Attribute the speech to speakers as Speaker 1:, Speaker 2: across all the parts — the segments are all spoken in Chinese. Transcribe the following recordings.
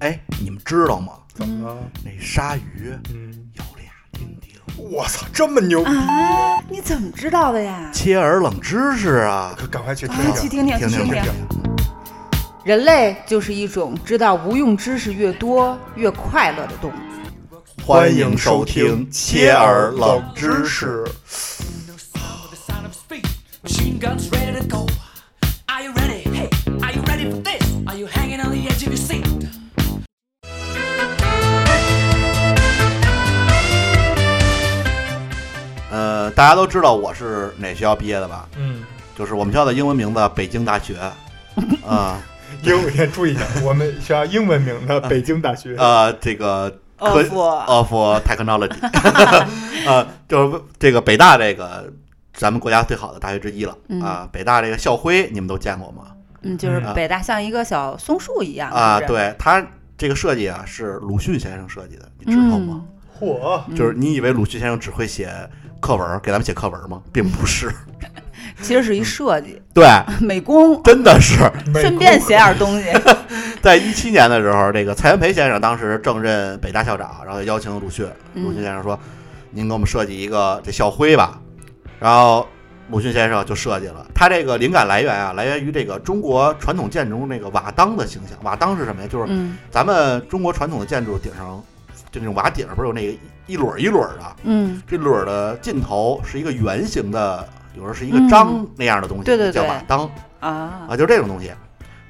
Speaker 1: 哎知道吗？
Speaker 2: 怎么了？
Speaker 1: 那鲨鱼
Speaker 2: 嗯，
Speaker 1: 有俩钉钉。
Speaker 2: 我操，这么牛！
Speaker 3: 啊，你怎么知道的呀？
Speaker 1: 切耳冷知识啊！
Speaker 2: 可赶快去听
Speaker 3: 啊，去
Speaker 2: 听。
Speaker 3: 听听，去
Speaker 1: 听听听
Speaker 3: 听听。
Speaker 4: 人类就是一种知道无用知识越多越快乐的动物。
Speaker 1: 欢迎收听切耳冷知识。
Speaker 5: with the sound of speed. Machine guns ready to go. Are you ready? Hey, are you ready for this? Are you hanging on the edge of your seat?
Speaker 1: 呃，大家都知道我是哪学校毕业的吧？
Speaker 2: 嗯，
Speaker 1: 就是我们学校的英文名字北京大 学。啊、
Speaker 2: 英文注意一下，我们学校英文名的北京大学。
Speaker 1: 呃，这个科 of
Speaker 3: Of
Speaker 1: technology，呃， 就是这个北大这个咱们国家最好的大学之一了啊、
Speaker 3: 嗯
Speaker 1: 北大这个校徽你们都见过吗？
Speaker 3: 嗯，就是
Speaker 2: 嗯
Speaker 3: 北大像一个小松树一样
Speaker 1: 啊、
Speaker 3: 是不是
Speaker 1: 对，它这个设计啊是鲁迅先生设计的，你知道吗？
Speaker 3: 嗯，
Speaker 2: 嚯，
Speaker 1: 就是你以为鲁迅先生只会写课文，给咱们写课文吗？并不 是，
Speaker 3: 其实是一设计
Speaker 1: 对，
Speaker 3: 美工，
Speaker 1: 真的是
Speaker 2: 美
Speaker 3: 顺
Speaker 2: 国
Speaker 3: 便写点东西。
Speaker 1: 在一七年的时候，这个蔡元培先生当时正任北大校长，然后邀请鲁迅，
Speaker 3: 嗯
Speaker 1: 鲁迅先生说：“您给我们设计一个这校徽吧。”然后鲁迅先生就设计了。他这个灵感来源啊，来源于这个中国传统建筑中那个瓦当的形象。瓦当是什么呀？就是
Speaker 3: 嗯
Speaker 1: 咱们中国传统的建筑顶上，就那种瓦顶上不是有那个一摞一摞的，
Speaker 3: 嗯，
Speaker 1: 这摞的尽头是一个圆形的，有时候是一个章那样的东西，
Speaker 3: 嗯对对
Speaker 1: 叫
Speaker 3: 对
Speaker 1: 瓦当。
Speaker 3: 啊
Speaker 1: 啊，就是这种东西。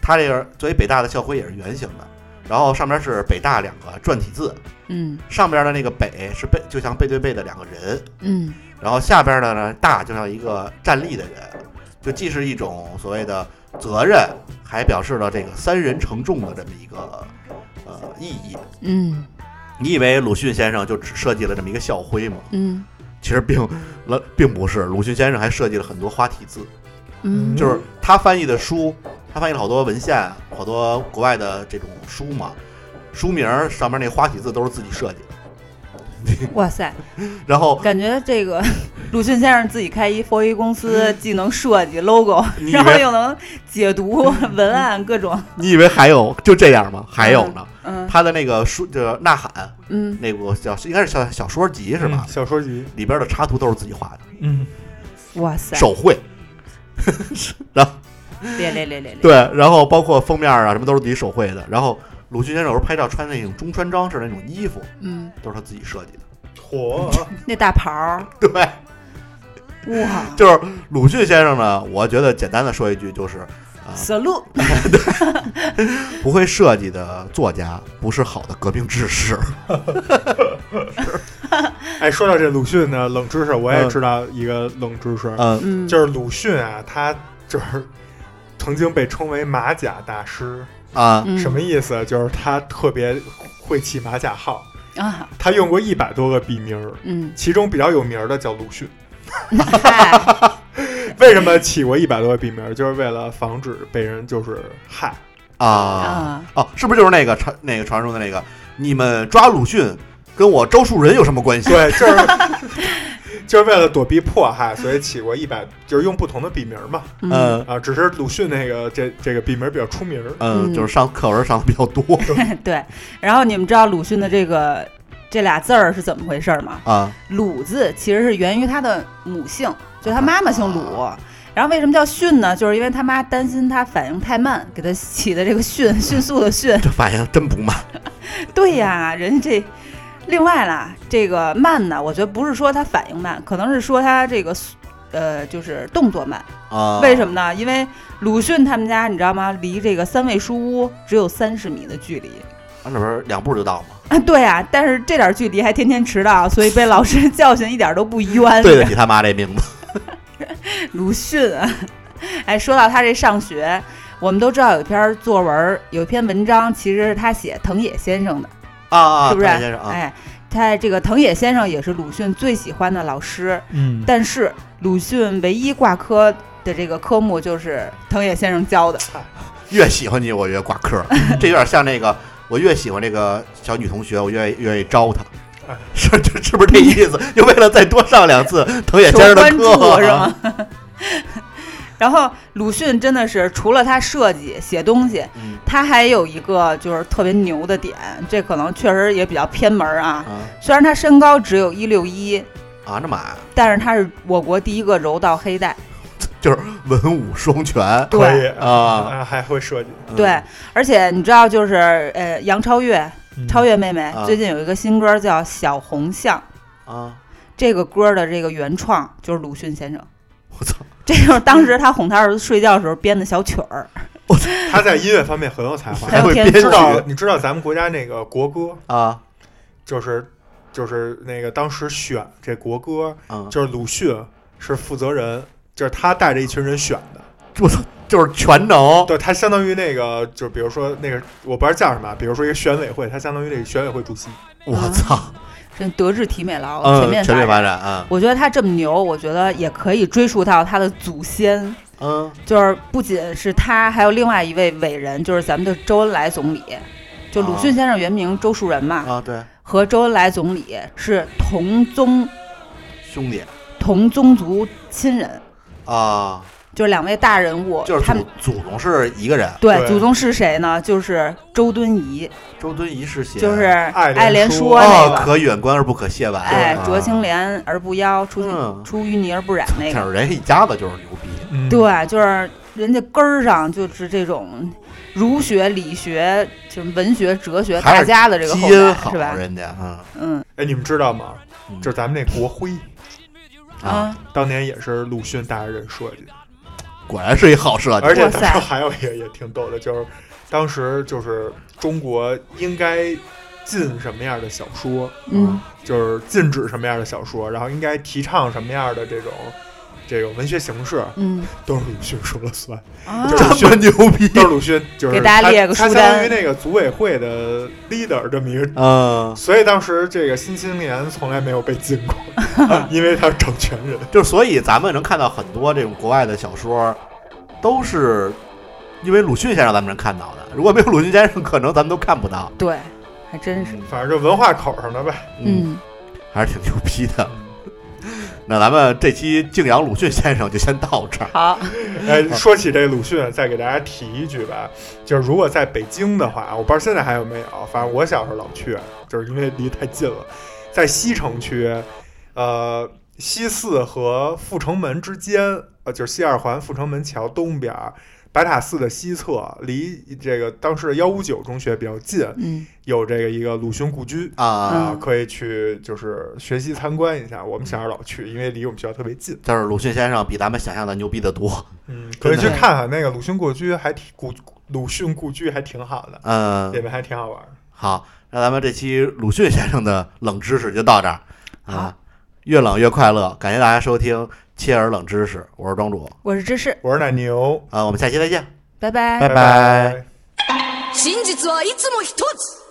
Speaker 1: 它这个作为北大的校徽也是圆形的，然后上面是北大两个篆体字，
Speaker 3: 嗯
Speaker 1: 上边的那个北是背，就像背对背的两个人，
Speaker 3: 嗯
Speaker 1: 然后下边的呢大就像一个站立的人，就既是一种所谓的责任，还表示了这个三人承重的这么一个呃意义。
Speaker 3: 嗯
Speaker 1: 你以为鲁迅先生就只设计了这么一个校徽吗？
Speaker 3: 嗯
Speaker 1: 其实并了并不是，鲁迅先生还设计了很多花体字。
Speaker 3: 嗯
Speaker 1: 就是他翻译的书，他翻译了好多文献，好多国外的这种书嘛，书名儿上面那花体字都是自己设计的。
Speaker 3: 哇塞，
Speaker 1: 然后
Speaker 3: 感觉这个 鲁迅先生自己开一佛一公司，既能设计 logo，
Speaker 1: 你以
Speaker 3: 然后
Speaker 1: 为
Speaker 3: 又能解读文案各种。
Speaker 1: 你以为还有就这样吗？还有呢，
Speaker 3: 嗯
Speaker 1: 他的那个书就是《呐喊》
Speaker 3: 嗯
Speaker 1: 那部叫应该是小小说集是吧
Speaker 2: 嗯？小说集。
Speaker 1: 里边的插图都是自己画的，
Speaker 2: 嗯，
Speaker 3: 哇塞，
Speaker 1: 手绘。
Speaker 3: 列列列列列，
Speaker 1: 对，然后包括封面啊什么都是自己手绘的。然后鲁迅先生有时候拍照穿那种中穿装式的那种衣服，
Speaker 3: 嗯，
Speaker 1: 都是他自己设计的。
Speaker 2: 嚯，
Speaker 1: 嗯
Speaker 3: 那大袍儿，
Speaker 1: 对。
Speaker 3: 哇，
Speaker 1: 就是鲁迅先生呢，我觉得简单的说一句，就是
Speaker 3: 死路，
Speaker 1: 不会设计的作家不是好的革命志士。
Speaker 2: 哎，说到这鲁迅呢，冷知识，我也
Speaker 1: 嗯
Speaker 2: 知道一个冷知识，
Speaker 1: 嗯
Speaker 3: 嗯，
Speaker 2: 就是鲁迅啊，他就是曾经被称为马甲大师，
Speaker 1: 啊
Speaker 3: 嗯
Speaker 2: 什么意思？就是他特别会起马甲号，
Speaker 3: 啊？
Speaker 2: 他用过一百多个笔名儿，
Speaker 3: 嗯，
Speaker 2: 其中比较有名儿的叫鲁迅。
Speaker 3: 嗨，啊
Speaker 2: 为什么起过一百多个笔名儿？就是为了防止被人就是害。
Speaker 1: 啊
Speaker 3: 啊，
Speaker 1: 哦，是不是就是那个传那个传说的那个？你们抓鲁迅跟我周树人有什么关系？
Speaker 2: 对，就是 就是为了躲避迫害，所以起过一百，就是用不同的笔名儿嘛。
Speaker 3: 嗯，
Speaker 1: 嗯
Speaker 2: 啊，只是鲁迅那个这这个笔名儿比较出名儿。
Speaker 1: 嗯，
Speaker 3: 嗯
Speaker 1: 就是上课文上的比较多
Speaker 3: 对。然后你们知道鲁迅的这个这俩字儿是怎么回事儿吗？
Speaker 1: 啊
Speaker 3: 鲁字其实是源于他的母姓，就他妈妈姓鲁。然后为什么叫迅呢？就是因为他妈担心他反应太慢，给他起的这个迅，迅速的迅。
Speaker 1: 这反应真不慢。
Speaker 3: 对呀，人家这。另外啦，这个慢呢，我觉得不是说他反应慢，可能是说他这个速，呃，就是动作慢。
Speaker 1: 啊，
Speaker 3: 为什么呢？因为鲁迅他们家，你知道吗？离这个三味书屋只有三十米的距离。
Speaker 1: 啊？那不是两步就到吗？
Speaker 3: 啊，对啊，但是这点距离还天天迟到，所以被老师 教训一点都不冤。
Speaker 1: 对得起他妈这名字。
Speaker 3: 鲁迅啊， 哎，说到他这上学，我们都知道有一篇作文，有一篇文章，其实是他写藤野先生的，
Speaker 1: 啊啊，
Speaker 3: 是不是？
Speaker 1: 唐先生啊，
Speaker 3: 哎，他这个藤野先生也是鲁迅最喜欢的老师，
Speaker 2: 嗯，
Speaker 3: 但是鲁迅唯一挂科的这个科目就是藤野先生 教的。
Speaker 1: 越喜欢你我越挂科，这有点像那个我越喜欢这个小女同学，我越愿意招她
Speaker 2: 哎。
Speaker 1: 是这是不是这意思？就为了再多上两次藤野
Speaker 3: 求
Speaker 1: 先生的
Speaker 3: 关注
Speaker 1: 课
Speaker 3: 是吗？ 然后鲁迅真的是除了他设计写东西，
Speaker 1: 嗯
Speaker 3: 他还有一个就是特别牛的点，这可能确实也比较偏门儿啊。
Speaker 1: 啊
Speaker 3: 虽然他身高只有一六一，
Speaker 1: 啊，那妈呀，
Speaker 3: 但是他是我国第一个柔道黑带。
Speaker 1: 就是文武双全
Speaker 2: 可以
Speaker 3: 对
Speaker 1: 啊，
Speaker 2: 啊，还会设计，
Speaker 1: 嗯
Speaker 3: 对，而且你知道，就是呃，杨超越，超
Speaker 2: 越
Speaker 3: 越妹妹、
Speaker 1: 啊
Speaker 3: 最近有一个新歌叫《小红象》，
Speaker 1: 啊，
Speaker 3: 这个歌的这个原创就是鲁迅先生。
Speaker 1: 我操，
Speaker 3: 这就是当时他哄他儿子睡觉的时候编的小曲儿，
Speaker 2: 他在音乐方面很有才华。
Speaker 3: 还
Speaker 1: 还
Speaker 3: 有
Speaker 1: 会
Speaker 3: 天
Speaker 1: 编
Speaker 3: 赋
Speaker 2: 知
Speaker 1: 曲
Speaker 2: 道你知道咱们国家那个国歌，
Speaker 1: 啊，
Speaker 2: 就是就是那个当时选这国歌，
Speaker 1: 嗯，
Speaker 2: 就是鲁迅是负责人，就是他带着一群人选的。
Speaker 1: 我操，就是全能，
Speaker 2: 对，他相当于那个，就比如说那个，我不知道叫什么啊，比如说一个选委会，他相当于那个选委会主席。
Speaker 1: 我操，
Speaker 3: 真德智体美劳、
Speaker 1: 嗯，
Speaker 3: 嗯全面
Speaker 1: 全
Speaker 3: 发
Speaker 1: 面
Speaker 3: 展。
Speaker 1: 发展啊，
Speaker 3: 我觉得他这么牛，我觉得也可以追溯到他的祖先，
Speaker 1: 嗯
Speaker 3: 就是不仅是他，还有另外一位伟人，就是咱们的周恩来总理。就鲁迅先生原名周树人嘛，
Speaker 1: 啊，对，
Speaker 3: 和周恩来总理是同宗
Speaker 1: 兄弟
Speaker 3: 同宗族亲人，
Speaker 1: 啊，
Speaker 3: 就是两位大人物，
Speaker 1: 就是
Speaker 3: 他们
Speaker 1: 祖祖宗是一个人，
Speaker 3: 对
Speaker 2: 对
Speaker 3: 祖宗是谁呢？就是周敦颐，
Speaker 1: 周敦颐是写
Speaker 3: 就是
Speaker 2: 爱
Speaker 3: 爱
Speaker 2: 莲
Speaker 3: 莲
Speaker 2: 说
Speaker 3: 说那
Speaker 1: 哦，
Speaker 3: 个，
Speaker 1: 可远观而不可亵玩，
Speaker 3: 哎，
Speaker 1: 啊
Speaker 3: 濯清涟而不妖，出
Speaker 1: 嗯
Speaker 3: 出淤泥而不染那
Speaker 1: 但
Speaker 3: 个，
Speaker 1: 是人家一家子就是牛逼，
Speaker 2: 嗯，
Speaker 3: 对，就是人家根儿上就是这种儒学、理学、就是文学、哲学
Speaker 1: 还
Speaker 3: 大
Speaker 1: 是
Speaker 3: 家的这个
Speaker 1: 基
Speaker 3: 后
Speaker 1: 因
Speaker 3: 代
Speaker 1: 好
Speaker 3: 是吧？
Speaker 1: 人家，嗯
Speaker 3: 嗯
Speaker 2: 哎，你们知道吗？
Speaker 1: 嗯
Speaker 2: 就是咱们那国徽，
Speaker 1: 啊，
Speaker 3: 啊，
Speaker 2: 当年也是鲁迅带着人设计的，
Speaker 1: 果然是一好设计
Speaker 2: 而且
Speaker 3: 哇
Speaker 2: 当
Speaker 3: 塞
Speaker 2: 时还有一个也挺逗的，就是当时就是中国应该禁什么样的小说，
Speaker 3: 嗯，
Speaker 2: 就是禁止什么样的小说，然后应该提倡什么样的这种这种文学形式，
Speaker 3: 嗯
Speaker 2: 都是鲁迅说了 算。
Speaker 3: 啊
Speaker 2: 就，是
Speaker 1: 这么牛逼，
Speaker 2: 都是鲁迅，就是
Speaker 3: 给大家
Speaker 2: 他
Speaker 3: 列个
Speaker 2: 他
Speaker 3: 书
Speaker 2: 相当
Speaker 3: 单
Speaker 2: 于那个组委会的 leader 这么一个，
Speaker 1: 嗯，
Speaker 2: 所以当时这个新青年从来没有被禁过，因为他是掌权人。
Speaker 1: 就是所以咱们能看到很多这种国外的小说，都是因为鲁迅先生咱们能看到的，如果没有鲁迅先生，可能咱们都看不到，
Speaker 3: 对，还真是，
Speaker 2: 反正就文化口上的呗。
Speaker 3: 嗯，
Speaker 1: 还是挺牛逼的。那咱们这期敬仰鲁迅先生就先到这儿。
Speaker 3: 好，
Speaker 2: 哎，说起这鲁迅，再给大家提一句吧，就是如果在北京的话，我不知道现在还有没有，反正我小时候老去，就是因为离太近了，在西城区，呃，西四和阜成门之间，呃，就是西二环阜成门桥东边儿。白塔寺的西侧，离这个当时的幺五九中学比较近，
Speaker 3: 嗯
Speaker 2: 有这个一个鲁迅故居
Speaker 1: 啊，
Speaker 2: 啊，可以去就是学习参观一下。我们小时候老去，因为离我们学校特别近。
Speaker 1: 就是鲁迅先生比咱们想象的牛逼得多。
Speaker 2: 嗯，可以去
Speaker 3: 真的
Speaker 2: 看看那个鲁迅故居，还挺古鲁迅故居还挺好的，
Speaker 1: 嗯
Speaker 2: 里，面还挺好玩儿。
Speaker 1: 好，那咱们这期鲁迅先生的冷知识就到这儿啊
Speaker 3: 好，
Speaker 1: 越冷越快乐，感谢大家收听《切耳冷知识》，我是庄主
Speaker 3: 我是芝士，
Speaker 2: 我是奶牛，
Speaker 1: 啊，我们下期再见，
Speaker 3: 拜拜。
Speaker 1: 拜拜
Speaker 2: 拜
Speaker 1: 拜
Speaker 2: 拜
Speaker 5: 真実はいつも一つ